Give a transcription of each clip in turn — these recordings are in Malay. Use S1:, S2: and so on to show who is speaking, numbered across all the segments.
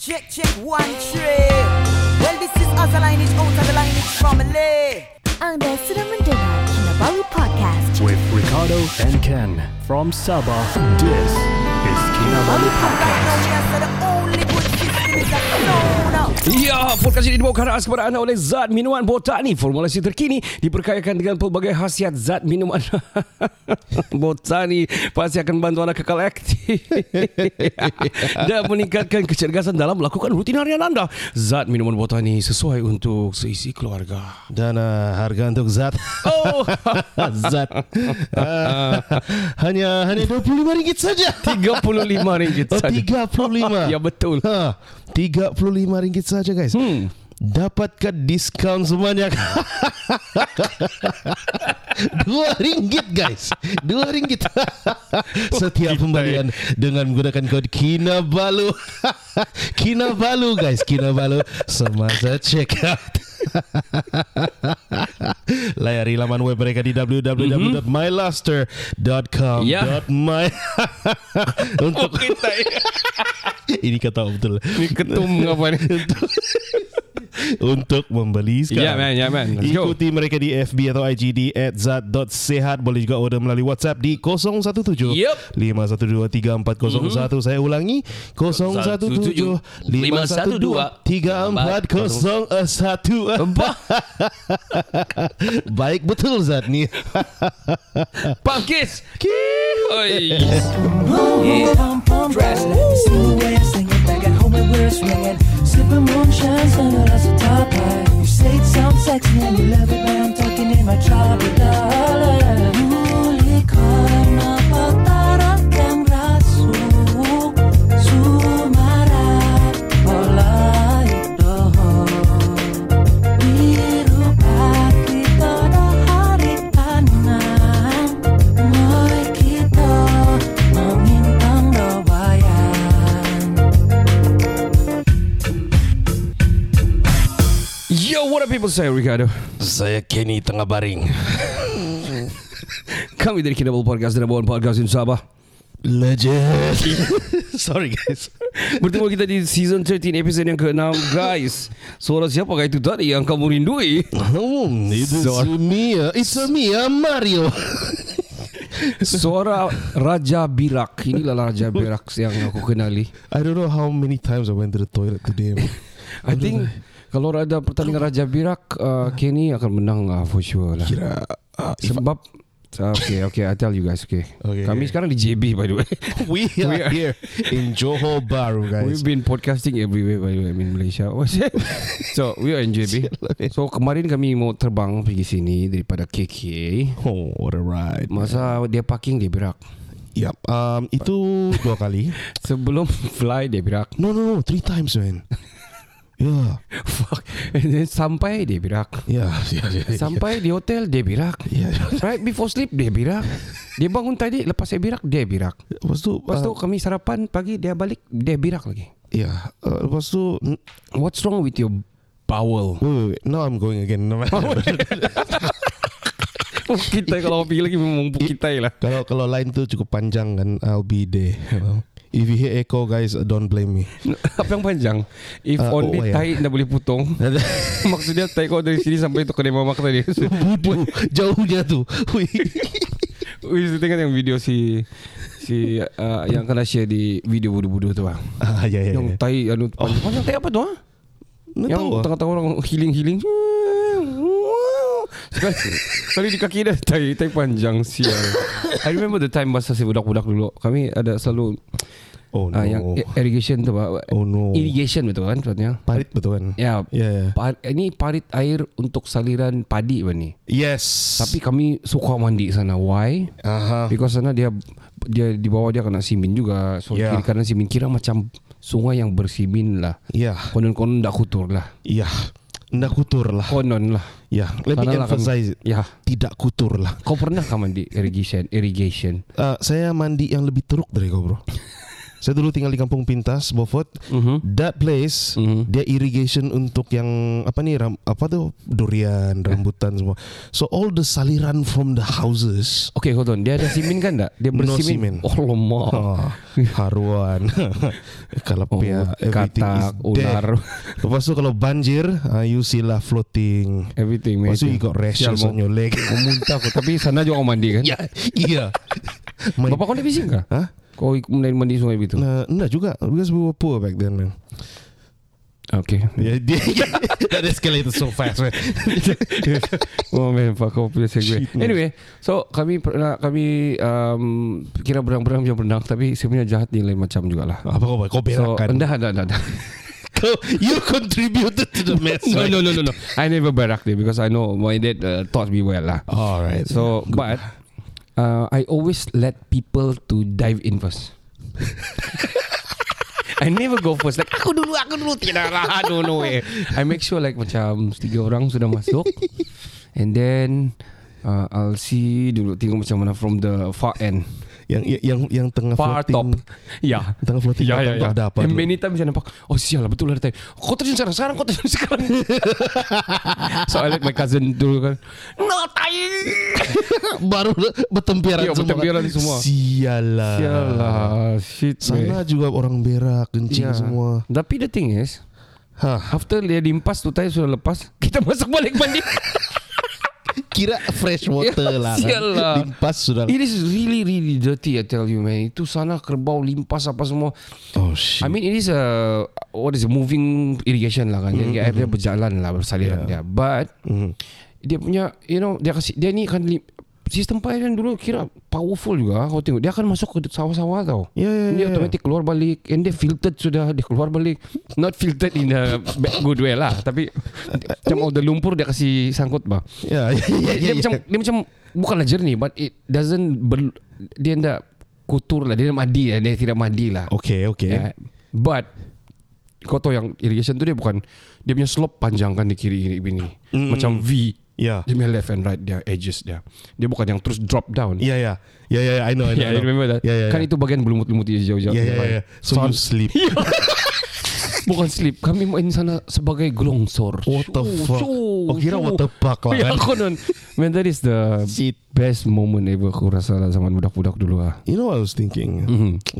S1: Check, check, one, three. Well, this is Azza Lineage, out of the lineage family.
S2: Anda sedang mendengar Kinabalu Podcast.
S3: with Ricardo and Ken from Sabah. This is Kinabalu
S1: Come back now,
S3: Podcast.
S1: we are the only good system is a no, no.
S4: Ya, podcast ini dibawakan khas kepada anda oleh Zat Minuman Botani. Formulasi terkini diperkayakan dengan pelbagai khasiat Zat Minuman Botani. Pasti akan bantu anda kekal aktif dan meningkatkan kecergasan dalam melakukan rutin harian anda. Zat Minuman Botani sesuai untuk seisi keluarga.
S5: Dan uh, harga untuk zat
S4: Oh,
S5: Zat uh, Hanya hanya RM25 saja
S4: RM35
S5: Oh
S4: saja.
S5: RM35
S4: Ya, betul.
S5: ha, RM35 saja guys hmm. Dapatkan diskaun sebanyak Dua ringgit guys Dua ringgit
S4: eh.
S5: Setiap pembelian Dengan menggunakan kod Kinabalu Kinabalu guys Kinabalu Semasa check out Layari laman web mereka di www.myluster.com.my
S4: Mhm. Ya.
S5: Untuk
S4: Kita
S5: ini kata betul
S4: ini ketum apa ni?
S5: untuk membeli
S4: Ya,
S5: sekarang.
S4: man, ya, man. Let's go.
S5: Ikuti mereka di FB atau IG di @zat.sehat. Boleh juga order melalui WhatsApp di 017
S4: Yup.
S5: 51234001. Saya ulangi 017
S4: 512
S5: 312001. Baik betul Zat ni.
S4: Bangkis. Oi.
S6: Yeah, I'm pumped dressed. Let me see the way I sing it back at home and we're swinging. Sipping moonshine, sunglasses, a top hat. You say it sounds sexy and you love it when I'm talking in my trouble dollar. Unicorn, patara, yang rasu, sumara, mulai dohor. Biru pati pada hari tanam Mari kita mengintang lawayan
S4: Yo, what up people say Ricardo?
S5: Saya Kenny tengah baring.
S4: Kami dari Kinabalu Podcast, The Number One Podcast in Sabah.
S5: Legend. Sorry guys.
S4: Bertemu kita di season 13 episod yang ke-6 guys. Suara siapakah itu tadi yang kamu rindui?
S5: Hmm, itu
S4: Zor-
S5: Sumia. It's a me, I'm Mario.
S4: Suara Raja Birak. Inilah Raja Birak yang aku kenali.
S5: I don't know how many times I went to the toilet today. man.
S4: I think
S5: eh.
S4: kalau ada pertandingan Raja Birak, uh, Kenny akan menang uh, for sure lah.
S5: Kira uh, if
S4: Sebab Okay, okay, I tell you guys, okay.
S5: Okay,
S4: Kami
S5: okay.
S4: sekarang di JB by the way.
S5: we are here in Johor Bahru,
S4: We've
S5: guys.
S4: been podcasting everywhere by the way, I mean Malaysia. What's it? so, we are in JB. So, kemarin kami mau terbang pergi sini daripada KK.
S5: Oh, what a ride.
S4: Masa dia parking dia berak
S5: Yep. Um, itu dua kali.
S4: Sebelum fly dia berak
S5: No, no, no, three times, man. Yeah,
S4: Fuck And then sampai dia berak
S5: yeah, yeah, yeah. yeah.
S4: Sampai di hotel dia berak
S5: Yeah.
S4: Right before sleep dia berak Dia bangun tadi Lepas dia berak dia berak
S5: Lepas tu,
S4: Lepas tu
S5: uh,
S4: kami sarapan pagi Dia balik dia berak lagi
S5: yeah. Uh, lepas tu, n-
S4: What's wrong with your bowel?
S5: wait, wait, wait. Now I'm going again. No,
S4: kita kalau pergi lagi memang kita lah
S5: kalau kalau line tu cukup panjang kan, I'll be there. you know. If you hear echo, guys, uh, don't blame me.
S4: Apa yang panjang? If
S5: Ah,
S4: only
S5: oh, ya.
S4: tai dah boleh potong Maksudnya tai kau dari sini sampai tu ke mamak tadi
S5: Budu jauhnya tu. Ui.
S4: Wih, Saya tengok yang video si si uh, yang kena share di video bodoh-bodoh tu ah.
S5: ah ya ya.
S4: Yang
S5: ya.
S4: tai anu oh. panjang tai apa tu ah?
S5: Nggak
S4: Yang
S5: tahu ah.
S4: tengah-tengah orang healing-healing. Sekali, sekali di kaki dia tai tai panjang sial. I remember the time masa saya budak-budak dulu. Kami ada selalu
S5: Oh no.
S4: ah, yang i- irrigation tu pak.
S5: oh no.
S4: Irrigation betul kan sepatutnya?
S5: Parit betul kan?
S4: Ya.
S5: Ya, ya.
S4: Par, ini parit air untuk saliran padi pak ni.
S5: Yes.
S4: Tapi kami suka mandi sana. Why?
S5: aha.
S4: Because sana dia dia di bawah dia kena simin juga. So yeah.
S5: Yeah.
S4: kiri kanan simin kira macam sungai yang bersimin lah.
S5: Ya.
S4: Konon-konon tak kotor lah.
S5: Ya. Ndak kutur lah.
S4: Konon lah.
S5: Ya. Let me
S4: Sana lah
S5: emphasize it.
S4: kami- Ya.
S5: Tidak kutur lah. Ah,
S4: Kau pernah kah mandi irrigation? Irrigation.
S5: Eh, saya mandi yang lebih teruk dari kau bro. Saya dulu tinggal di Kampung Pintas, Beaufort. That place
S4: Mhm.
S5: dia irrigation untuk yang apa ni ram, apa tu durian,
S4: Eh.
S5: rambutan semua. So all the saliran from the houses
S4: Okay, hold on. Dia ada simen kan tak? Dia
S5: No
S4: bersimen.
S5: simen.
S4: Oh, lemak.
S5: Oh, haruan
S4: Oh,
S5: Kalapia Everything
S4: katak,
S5: is there
S4: ular.
S5: Lepas tu kalau banjir uh, You see lah floating
S4: Everything.
S5: Lepas tu
S4: everything.
S5: Oh, you got rashes
S4: Sial,
S5: on your leg
S4: Kau muntah kau. Tapi sana juga kau mandi kan?
S5: Ya Iya My,
S4: Bapak kau naik bising kah?
S5: Hah?
S4: Kau ikut mulai mandi sungai begitu?
S5: Nah, enggak juga Because we were poor back then man
S4: Okay.
S5: yeah, Ya, dia, yeah, That escalated so fast man
S4: oh man, fuck off punya segue.
S5: Shit, man.
S4: Anyway, so kami pernah kami um, kira berang-berang macam berenang tapi sebenarnya jahat ni lain macam jugalah.
S5: Apa kau buat? Kau
S4: So,
S5: berakan
S4: enggak, enggak, enggak. enggak.
S5: Kau, You contributed to the mess
S4: No,
S5: right?
S4: no, no, no, no. I never berak there because I know my dad uh, taught me well lah.
S5: Alright
S4: So, but uh, I always let people to dive in first. I never go first Like aku dulu Aku dulu Tidak lah No no way I make sure like Macam tiga orang sudah masuk And then uh, I'll see dulu Tengok macam mana From the far end
S5: yang, yang yang yang tengah
S4: Far top
S5: floating
S4: Ya
S5: Tengah floating
S4: Ya
S5: bottom
S4: ya
S5: tu
S4: ya
S5: Ada apa
S4: And
S5: dulu?
S4: many times saya nampak Oh sial lah betul lah ada time Kau terjun sekarang Sekarang kau terjun sekarang So I like my cousin dulu kan No time
S5: Baru bertempiaran
S4: Ya,
S5: semua kan.
S4: bertempiaran semua.
S5: Sial lah
S4: Sial lah Shit
S5: Sana juga orang berak Kencing
S4: Ya.
S5: semua Ha.
S4: Tapi the thing is
S5: Hah,
S4: After dia dimpas tu tayar sudah lepas Kita masuk balik mandi
S5: Kira fresh
S4: Ya,
S5: water lah kan.
S4: sial lah.
S5: Limpas sudah
S4: It is really really dirty I tell you man Itu sana kerbau limpas apa semua
S5: Oh shit
S4: I mean it is a What is a moving irrigation lah kan Dia, mm dia berjalan lah Bersaliran dia But
S5: Mhm.
S4: Dia punya You know Dia kasih Dia ni kan li- Sistem air kan dulu kira powerful juga Kau tengok Dia akan masuk ke sawah-sawah tau
S5: Ya, ya,
S4: Dia
S5: ya, ya.
S4: automatic keluar balik And dia filtered sudah Dia keluar balik Not filtered in a bad good way lah Tapi Macam all the lumpur dia kasih sangkut bah
S5: Ya ya ya,
S4: dia, dia
S5: ya.
S4: macam dia macam bukanlah jernih but it doesn't ber, dia tidak kotor lah dia tidak madi lah dia tidak madi lah
S5: Okay okay
S4: yeah. but kau tahu yang irrigation tu dia bukan dia punya slope panjang kan di kiri kiri ini macam V
S5: Hmm. Ya
S4: dia punya left and right dia edges dia dia bukan yang terus drop down
S5: Ya ya Ya ya ya I know I know,
S4: Yeah,
S5: I know.
S4: you remember that?
S5: Ya ya
S4: kan
S5: ya.
S4: itu bagian berlumut-lumut dia jauh-jauh.
S5: Ya ya ya So you sleep
S4: Bukan sleep. Kami main sana sebagai gelongsor.
S5: What the
S4: Shoo,
S5: fuck?
S4: shoo,
S5: Oh, kira
S4: shoo.
S5: what the fuck lah
S4: Ya,
S5: kan.
S4: aku non. Man, that is the
S5: Shit.
S4: best moment ever aku rasa lah zaman budak-budak dulu lah.
S5: You know what I was thinking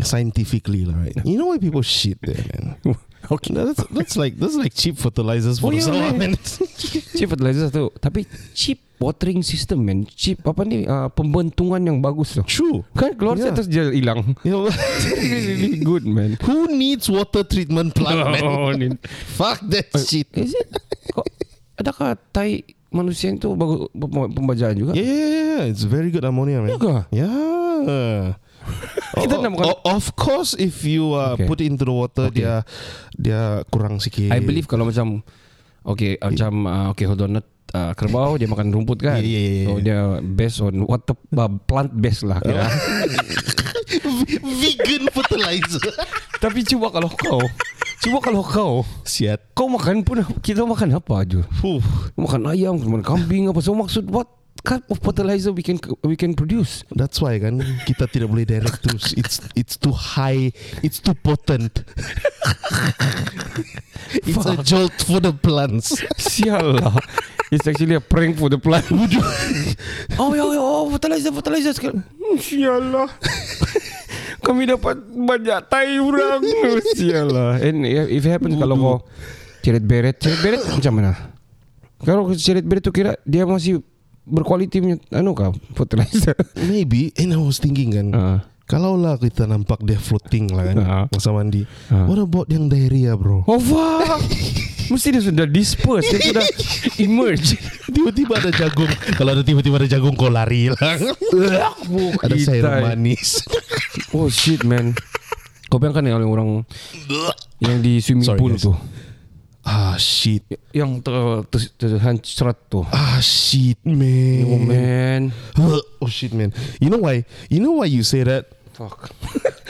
S5: Scientifically lah right You know why people shit there man
S4: Okay.
S5: That's, that's like That's like cheap fertilizers
S4: Oh,
S5: For the
S4: yeah,
S5: sawah
S4: yeah.
S5: man
S4: Cheap fertilizer tu. Tapi cheap watering system man. Cheap apa ni uh, pembentungan yang bagus tu.
S5: True
S4: Kan keluar yeah.
S5: Yeah.
S4: terus dia hilang.
S5: You know,
S4: really good man.
S5: Who needs water treatment plant man
S4: Oh, ni.
S5: Fuck that shit
S4: Is it? Kok, adakah tai manusia itu bagus pembacaan juga?
S5: Yeah, yeah, yeah, yeah. It's very good ammonia, man.
S4: Yeah ke?
S5: Yeah.
S4: Kita
S5: Oh,
S4: nak makan-
S5: oh, of course, if you uh,
S4: Okay.
S5: put it into the water,
S4: Okay.
S5: dia dia kurang sikit.
S4: I believe kalau macam Okay macam uh, Okay hold on uh, Kerbau dia makan rumput kan
S5: Yeah, yeah, yeah,
S4: So
S5: Oh. yeah.
S4: dia based on Water uh, Plant based lah kira.
S5: vegan fertilizer.
S4: Tapi cuba kalau kau Cuba kalau kau
S5: Siat.
S4: Kau makan pun Kita makan apa aja
S5: Huh.
S4: Makan ayam Makan kambing apa So maksud what kind of fertilizer we can we can produce
S5: That's why kan kita tidak boleh direct terus. It's it's too high. It's too potent. it's a jolt for the plants.
S4: Sial lah It's actually a prank for the plant Oh ya ya oh, Fertilizer fertilizer sekarang Hmm, Sial lah Kami dapat banyak tai orang Sial lah And if it happens Kalau kau Ceret beret Ceret beret macam mana Kalau ceret beret tu kira Dia masih Berkualiti punya Anu kah Fertilizer
S5: Maybe. And I was thinking kan.
S4: Ah.
S5: Kalau lah kita nampak dia floating lah kan
S4: Ah.
S5: masa mandi.
S4: Ah.
S5: What about yang diarrhea bro?
S4: Oh fuck Mesti dia sudah disperse Dia sudah emerge
S5: Tiba-tiba ada jagung. Kalau ada tiba-tiba ada jagung kau lari lah. ada sayur
S4: Itai.
S5: manis.
S4: Oh shit man Kau bayangkan yang orang Yang di swimming
S5: Sorry,
S4: pool
S5: guys.
S4: tu
S5: ah shit.
S4: Yang ter, ter, terhancrat tu
S5: Ah shit
S4: Oh
S5: man.
S4: man
S5: Oh shit man. You know why? You know why you say that?
S4: Fuck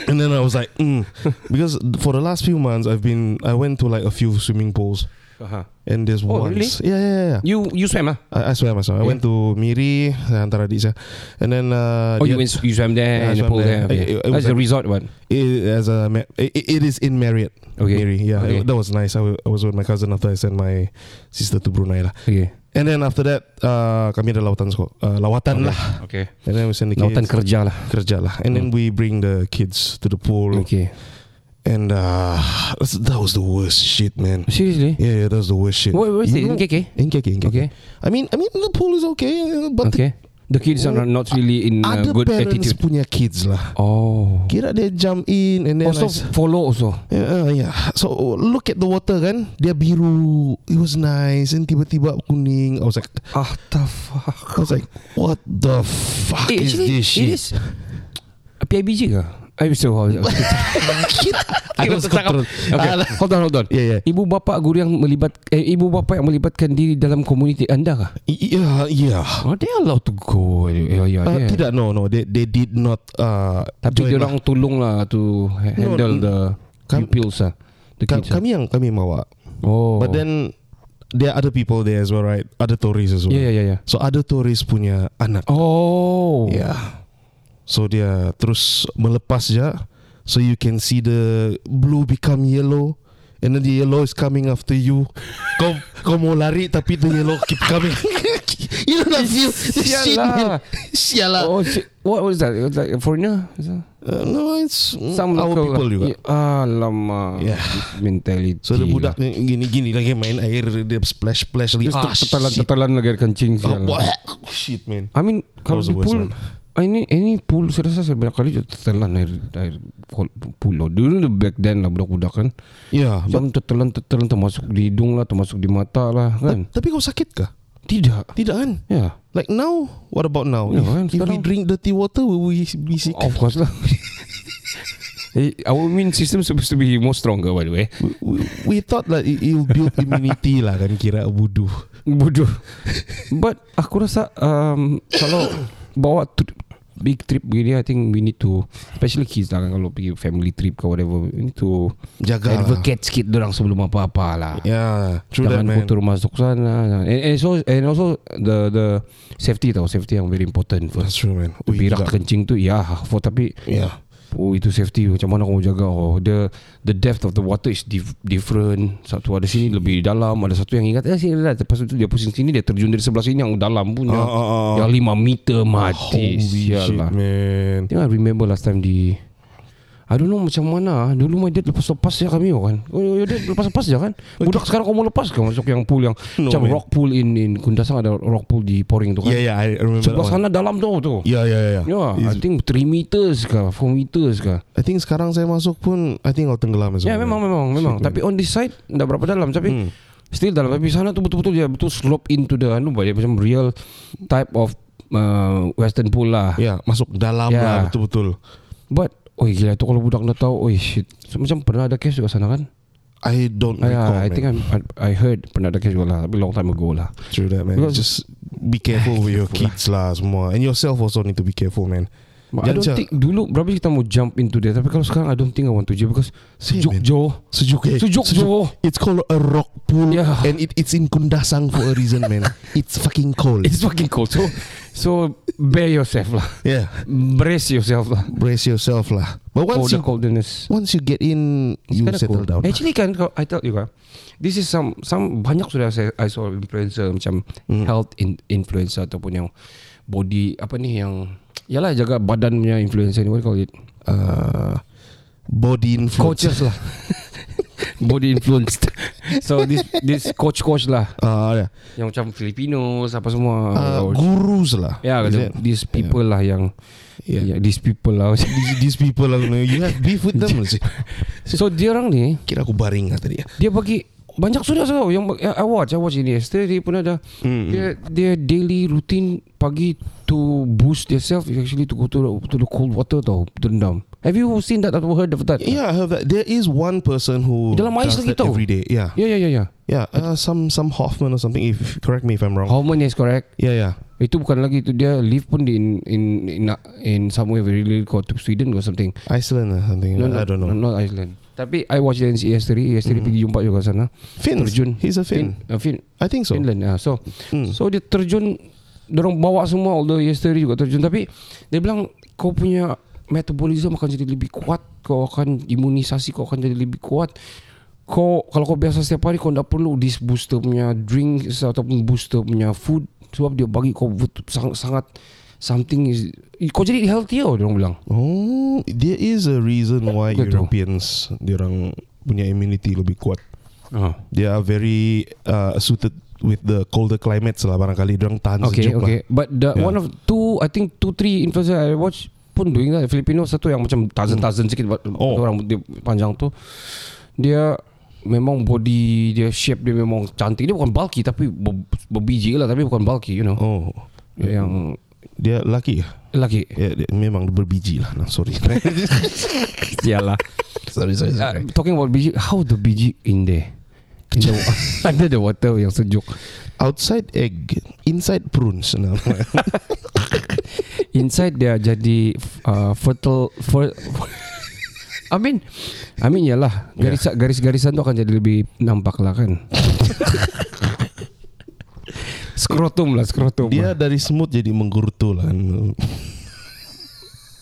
S5: And then I was like, mm. because for the last few months I've been I went to like a few swimming pools.
S4: Aha.
S5: And there's
S4: Oh, really?
S5: once. Yeah, yeah, yeah.
S4: You you swam ah?
S5: I, I swam, I swam. I went to Miri, eh, antara di saya. And then uh,
S4: Oh,
S5: the-
S4: you went you swam
S5: Yeah, I
S4: there in the
S5: swam
S4: pool
S5: there.
S4: there.
S5: It-
S4: Okay.
S5: it- it was
S4: That's the
S5: like-
S4: resort one.
S5: It, as a ma- it, it is in Marriott.
S4: Okay.
S5: Miri, yeah,
S4: Okay.
S5: that was nice. I wa- I was with my cousin after I sent my sister to Brunei lah.
S4: Okay.
S5: And then after that, uh, kami ada lawatan sko- uh, lawatan lah.
S4: Okay.
S5: And then we send the
S4: Lautan
S5: kids
S4: kerja lah.
S5: kerja lah. And then we bring the kids to the pool.
S4: Hmm. Okay.
S5: And uh, that's- that was the worst shit, man.
S4: Seriously?
S5: Yeah, yeah, that was the worst shit.
S4: What was it?
S5: You
S4: In
S5: know-
S4: KK?
S5: In KK, in KK.
S4: Okay.
S5: I mean, I mean the pool is okay, but the
S4: Okay. The kids are not really in uh,
S5: other
S4: good
S5: parents
S4: attitude.
S5: punya kids lah.
S4: Oh.
S5: Kira dia jump in and then
S4: Also
S5: I s-
S4: follow also.
S5: Yeah, uh, yeah. So look at the water kan, dia biru. It was nice and tiba-tiba kuning. I was like,
S4: Ah, the fuck.
S5: I was like, what the fuck
S4: Eh,
S5: is this
S4: It
S5: shit?
S4: is a PIBG ke? I was so
S5: Shit. I was control.
S4: Okay,
S5: Ah,
S4: hold on, hold on.
S5: Yeah, yeah.
S4: Ibu bapa guru yang melibat eh, ibu bapa yang melibatkan diri dalam komuniti anda kah?
S5: Yeah, yeah.
S4: Oh, they allowed to go. Ya, ya,
S5: Uh,
S4: ya.
S5: Tidak, no, no. They they did not. Uh,
S4: Tapi
S5: join
S4: dia
S5: lah.
S4: orang tolong lah to ha-
S5: No, Kan-
S4: handle
S5: n-
S4: the
S5: kam-
S4: pupils lah. The
S5: Ka-
S4: kids. lah.
S5: kami yang kami bawa.
S4: oh.
S5: But then there are other people there as well, right? Other tourists as well.
S4: yeah, yeah, yeah, yeah.
S5: So other tourists punya anak.
S4: Oh.
S5: Yeah. So dia terus melepas je. So you can see the blue become yellow. And then the yellow is coming after you. kau, kau mau lari tapi the yellow keep coming. you know that feel? The
S4: Sial
S5: shit,
S4: lah.
S5: man. Sial lah.
S4: Oh, shit. what was that? It was like a foreigner? Is that-
S5: Uh, no, it's
S4: Some
S5: our
S4: local
S5: people
S4: lah.
S5: juga.
S4: Ya, Alamak.
S5: Yeah.
S4: Mentality.
S5: So the budak
S4: lah.
S5: ni gini-gini lagi main air dia splash splash lagi.
S4: Terus
S5: Ah, shit.
S4: tertelan-tertelan lagi air kencing.
S5: Ah,
S4: sial. lah.
S5: wah. Shit man.
S4: I mean, kalau
S5: was
S4: di
S5: the worst
S4: pool,
S5: one.
S4: ah, ini ini pool saya rasa saya banyak kali juga tertelan air air pool- pool. lah. Dulu back then lah budak-budak kan.
S5: Ya, yeah,
S4: Jam tertelan tertelan termasuk di hidung lah, termasuk di mata lah kan.
S5: tapi kau sakit kah?
S4: Tidak.
S5: Tidak kan?
S4: Ya.
S5: Like now, what about now?
S4: Ya,
S5: if,
S4: kan,
S5: if we
S4: sekarang.
S5: drink dirty water, will we be sick?
S4: Of course lah. Eh, Our immune system supposed to be more stronger by the way.
S5: We, we, we thought like it, it'll build immunity lah kan kira budu.
S4: Bodoh. But aku rasa um, kalau bawa tr- big trip begini, I think we need to, especially kids lah kan, kalau pergi family trip ke whatever, we need to
S5: Jaga.
S4: advocate sikit dorang sebelum apa-apa lah.
S5: lah. Ya, yeah, true that
S4: Jangan
S5: man.
S4: kotor masuk sana. And, and, so, and also the the safety tau, safety yang very important
S5: That's
S4: first.
S5: true man. Ui,
S4: Berak
S5: gila.
S4: kencing tu ya for tapi
S5: Yeah.
S4: oh itu safety macam mana kamu jaga oh the the depth of the water is dif- different satu ada sini lebih dalam ada satu yang ingat eh sini dah lepas tu dia pusing sini dia terjun dari sebelah sini yang dalam punya
S5: Ah, ah, ah.
S4: yang lima meter Ya. lah, mati Ya lah.
S5: Holy shit
S4: sialah
S5: man.
S4: Tengok I remember last time di I don't know macam mana ah. Dulu my dad lepas-lepas je kami oh, kan Oh your dad lepas-lepas je kan Budak sekarang kau mau lepas ke Masuk yang pool yang
S5: No,
S4: Macam
S5: man.
S4: rock pool in, in Kundasang ada rock pool di Poring tu kan
S5: Yeah, yeah, I remember.
S4: Sebelah sana dalam tu tu
S5: Ya, ya,
S4: Ya,
S5: ya.
S4: yeah, I think 3 meters ke 4 meters ke
S5: I think sekarang saya masuk pun, I think I'll tenggelam as
S4: Ya yeah,
S5: well,
S4: memang
S5: man.
S4: memang memang
S5: Shit, man.
S4: Tapi on this side Dah berapa dalam Tapi
S5: Hmm.
S4: Still dalam Tapi sana tu betul-betul Dia betul slope into the anu, Dia macam real Type of uh, Western pool lah
S5: Ya, masuk dalam
S4: Ya.
S5: lah betul-betul.
S4: But Oi gila tu kalau budak dah tahu Oi shit Macam pernah ada case juga sana kan
S5: I don't
S4: I,
S5: recall.
S4: Ya, I
S5: man.
S4: think I'm, I, I heard pernah ada case juga lah Tapi long time ago lah
S5: True that man.
S4: Because-
S5: Just be careful with your kids lah semua. And yourself also need to be careful man.
S4: But I
S5: Jangan
S4: don't
S5: cak-
S4: think Dulu berapa kita mau jump into there Tapi kalau sekarang I don't think I want to je Because
S5: Same,
S4: Sejuk
S5: man.
S4: jo
S5: Sejuk eh.
S4: Sejuk jo
S5: It's called a rock pool
S4: Yeah.
S5: and it, it's in Kundasang for a reason man. It's fucking cold.
S4: It's fucking cold So So Bear yourself lah
S5: yeah.
S4: Brace yourself lah
S5: Brace yourself lah.
S4: For
S5: But once
S4: Oh, the
S5: you
S4: coldness
S5: once you get in you
S4: kinda cool.
S5: settle down.
S4: Actually kan kalau I tell you kan, this is some some banyak sudah saya I saw influencer macam
S5: Hmm.
S4: health in, influencer ataupun yang body apa ni yang yalah jaga badan punya influencer ni what do you call it?
S5: Uh, body influence.
S4: Coaches lah. body influenced. so this this coach coach lah
S5: Uh, yeah.
S4: yang macam Filipinos apa semua.
S5: uh,
S4: Or-
S5: gurus lah.
S4: Ya,
S5: Is
S4: Oh, yeah,
S5: it?
S4: these people lah yang
S5: Yeah.
S4: yeah, these people lah.
S5: These, these people lah you have beef with them. sih.
S4: so dia orang ni
S5: Kira aku baring lah tadi.
S4: dia bagi banyak sudah tau yang yang I watch I watch ini yesterday dia pun ada mm
S5: Hmm.
S4: dia dia daily routine pagi to boost yourself is actually to go to the, to the cold water tau terendam have you seen that or heard of that
S5: Yeah, I have that. There is one person who
S4: Dalam ais
S5: does
S4: lagi
S5: that
S4: tau.
S5: every day. Yeah,
S4: yeah yeah yeah, yeah.
S5: yeah. Uh, some some Hoffman or something. If correct me if I'm wrong.
S4: hormone is correct
S5: Yeah, yeah.
S4: itu bukan lagi itu dia live pun di in in in, in somewhere very little called to Sweden or something
S5: Iceland or something. I don't know. Mm-hmm.
S4: not Iceland Tapi I watched the NCA yesterday Yesterday mm. pergi jumpa juga sana
S5: Finn.
S4: Terjun
S5: He's a Finn.
S4: Fin, uh, fin
S5: I think so. Hmm.
S4: Finland ah. So mm. So dia terjun Diorang bawa semua Although yesterday juga terjun Tapi Dia bilang Kau punya Metabolism akan jadi lebih kuat Kau akan Imunisasi kau akan jadi lebih kuat Kau Kalau kau biasa setiap hari Kau tak perlu This booster punya drink Ataupun booster punya food Sebab dia bagi kau bet- sang- Sangat Something is Kau jadi healthier Diorang bilang
S5: Oh, there is a reason why
S4: Betul.
S5: Europeans diorang punya immunity lebih kuat.
S4: ah.
S5: They are very uh, suited with the colder climates lah barangkali diorang tahan
S4: Okay,
S5: sejuk
S4: okay.
S5: lah.
S4: But the
S5: Yeah.
S4: one of two, I think two three influencer I watch pun doing that. Filipino satu yang macam tazen-tazen sikit buat
S5: Oh.
S4: oh. orang dia panjang tu. Dia memang body dia shape dia memang cantik. Dia bukan bulky tapi ber, berbiji lah tapi bukan bulky, you know. Oh.
S5: Oh,
S4: Yang
S5: dia laki ya?
S4: lelaki.
S5: Yeah, dia memang berbiji lah. Nah, sorry.
S4: Sialah.
S5: sorry, sorry,
S4: Uh, talking about biji, how the biji in there? In the, under the water yang sejuk.
S5: Outside egg, inside prunes. Nah,
S4: Inside dia jadi uh, fertile fer, I mean I mean yalah garis yeah. garis-garisan tu akan jadi lebih nampak lah kan. skrotum lah skrotum. Dia,
S5: dia dari semut jadi menggerutu lah.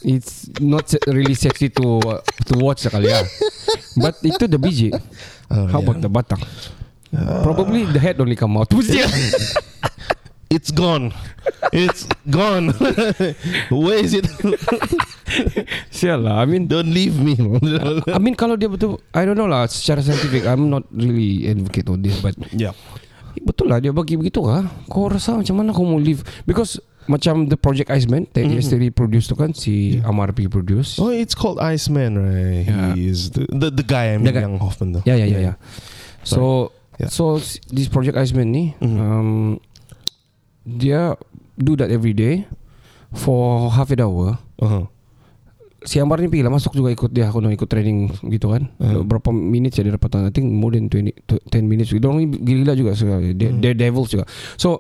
S4: It's not se- really sexy to to watch sekali ya. But itu the biji.
S5: Oh,
S4: How
S5: yeah.
S4: about the batang? Probably the head only come out. Busia.
S5: It's gone. It's gone. Where is it?
S4: Sial lah. I mean
S5: Don't leave me.
S4: I mean kalau dia betul I don't know lah secara scientific I'm not really advocate on this but
S5: yeah.
S4: Eh, Betul lah dia bagi begitu kah? Kau rasa macam mana kau mau live? Because macam the Project Iceman that mm-hmm. yesterday produce tu kan si yeah. MRP produce.
S5: Oh, it's called Iceman, right?
S4: Yeah.
S5: He is the, the the guy. I mean,
S4: The guy.
S5: Young Hoffman. Though.
S4: Ya ya ya ya. So
S5: Yeah.
S4: so s- this Project Iceman ni mm-hmm. um, dia do that every day for half an hour.
S5: Uh-huh.
S4: Si Amar ni pergi lah masuk juga ikut dia aku nak ikut training gitu kan.
S5: Hmm.
S4: Berapa minit jadi dapat I think more than 20 to- 10 minutes. Dia orang ni gila juga sekali. Dia hmm. devils juga. So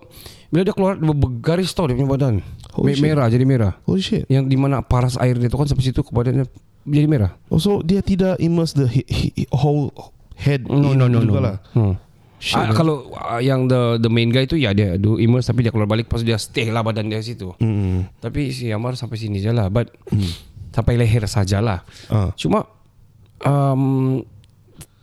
S4: bila dia keluar dia bergaris tau dia punya badan. Me-
S5: Holy shit.
S4: merah jadi merah.
S5: Oh shit.
S4: yang di mana paras air dia tu kan sampai situ ke badannya jadi merah.
S5: Also, Oh, dia tidak immerse the he, he, whole head. in juga lah.
S4: Hmm.
S5: Shit,
S4: Ah,
S5: man.
S4: kalau ah, yang the the main guy tu ya dia do immerse tapi dia keluar balik pas dia stay lah badan dia situ.
S5: Mm.
S4: Tapi si Amar sampai sini je lah but
S5: Hmm.
S4: sampai leher sajalah.
S5: Ah.
S4: Cuma um,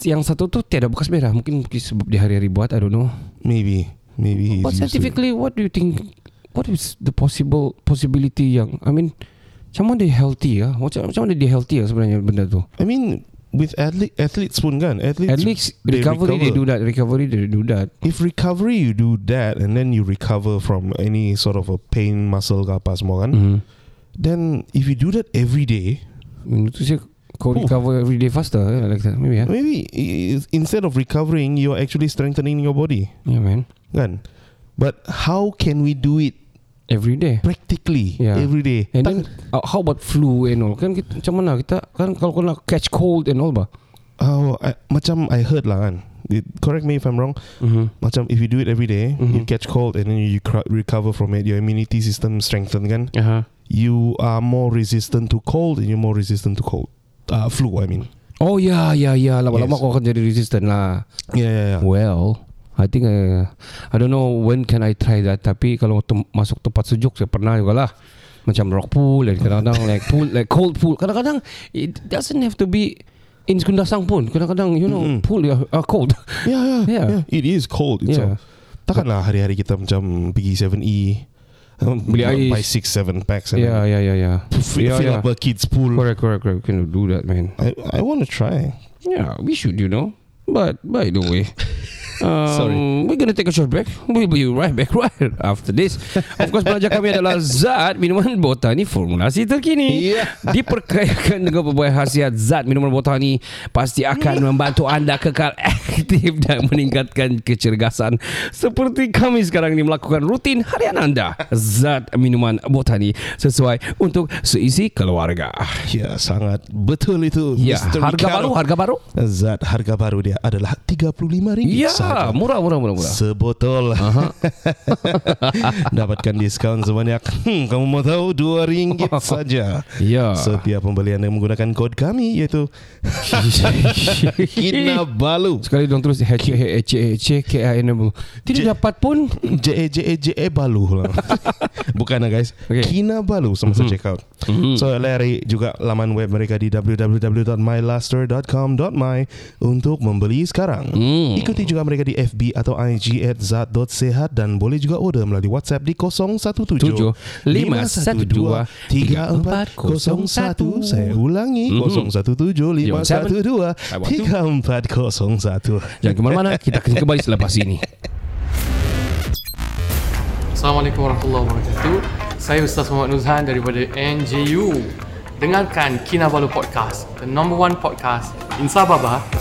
S4: yang satu tu tiada bekas merah mungkin sebab dia hari-hari buat I don't know.
S5: Maybe. Maybe. he's
S4: But
S5: used to it.
S4: scientifically what do you think what is the possible possibility yang I mean macam mana dia healthy ya? Macam, macam mana dia healthy ya sebenarnya benda tu?
S5: I mean, with athlete, athletes pun kan? Athletes,
S4: At least
S5: they
S4: recovery
S5: recover.
S4: they do that. Recovery they do that.
S5: If recovery you do that and then you recover from any sort of a pain, muscle ke apa semua kan,
S4: Mm.
S5: then if you do that every day,
S4: Menurut tu saya Hmm. kau
S5: Oh.
S4: recover every day faster eh, like that maybe yeah.
S5: maybe i- i- instead of recovering, you're actually strengthening your body.
S4: Yeah man.
S5: Kan? But how can we do it
S4: Every day.
S5: practically
S4: Yeah.
S5: every day?
S4: And
S5: Tak-
S4: then uh, how about flu and all? Kan kita, macam mana kita kan kalau kau nak catch cold and all bah.
S5: oh, I, macam I heard lah kan. It, correct me if I'm wrong.
S4: Mm-hmm.
S5: Macam if you do it every day,
S4: Mhm.
S5: you catch cold and then you cr- recover from it, your immunity system strengthen kan.
S4: Uh-huh.
S5: You are more resistant to cold and you're more resistant to cold. Uh, flu, I mean.
S4: Oh ya yeah, ya yeah, ya yeah. lama-lama
S5: Yes. Ah.
S4: kau akan jadi resistant lah.
S5: Yeah, yeah, yeah.
S4: Well, I think uh, I don't know when can I try that tapi kalau tem- masuk tempat sejuk saya pernah juga lah macam rock pool dan kadang-kadang like pool like cold pool kadang-kadang it doesn't have to be in Kundasang pun kadang-kadang you know
S5: Mm-mm.
S4: pool ya uh, cold
S5: Yeah, yeah, yeah,
S4: Yeah.
S5: ya. It is cold. It's
S4: yeah
S5: yeah. Takkanlah hari-hari kita macam pergi 7E. um,
S4: Beli ais.
S5: Buy 6, 7 packs. and
S4: yeah yeah yeah yeah
S5: then Fill,
S4: yeah,
S5: fill
S4: yeah.
S5: up a kid's pool.
S4: correct correct correct we can do that man
S5: I, I want to try.
S4: yeah we should you know but by the way Um,
S5: Sorry.
S4: We're gonna take a short break We'll be right back right after this Of course pelajar kami adalah Zat Minuman Botani Formulasi terkini
S5: Yeah.
S4: Diperkayakan dengan pelbagai khasiat Zat Minuman Botani Pasti akan membantu anda kekal aktif Dan meningkatkan kecergasan Seperti kami sekarang ini melakukan rutin harian anda Zat Minuman Botani Sesuai untuk seisi keluarga
S5: Ya, sangat betul itu.
S4: Ya,
S5: Mr.
S4: harga
S5: Ricardo.
S4: baru, harga baru
S5: Zat harga baru dia adalah RM35
S4: Ya,
S5: sahaja.
S4: Murah, murah, murah, murah, murah.
S5: Sebotol Dapatkan diskaun sebanyak hmm, Kamu mau tahu dua ringgit saja
S4: Ya.
S5: Setiap pembelian yang menggunakan kod kami Yaitu Kinabalu
S4: Sekali dong terus H H H H K A N M. Tidak dapat pun.
S5: J E J E J E Balu lah. Bukan lah guys
S4: Okay. Hmm.
S5: Kinabalu semasa check out So lari juga laman web mereka di www.mylaster.com.my Untuk membeli sekarang
S4: Hmm.
S5: Ikuti juga mereka di FB atau IG at zat.sehat dan boleh juga order melalui WhatsApp di 017
S4: Tujuh, lima, satu, dua, tiga, empat,
S5: 3401. Saya ulangi
S4: Hmm.
S5: 017 512 3401.
S4: Jangan ke mana-mana. Kita akan kembali selepas ini.
S7: Assalamualaikum warahmatullahi wabarakatuh Saya Ustaz Muhammad Nuzhan daripada NJU Dengarkan Kinabalu Podcast The number one podcast in Sabah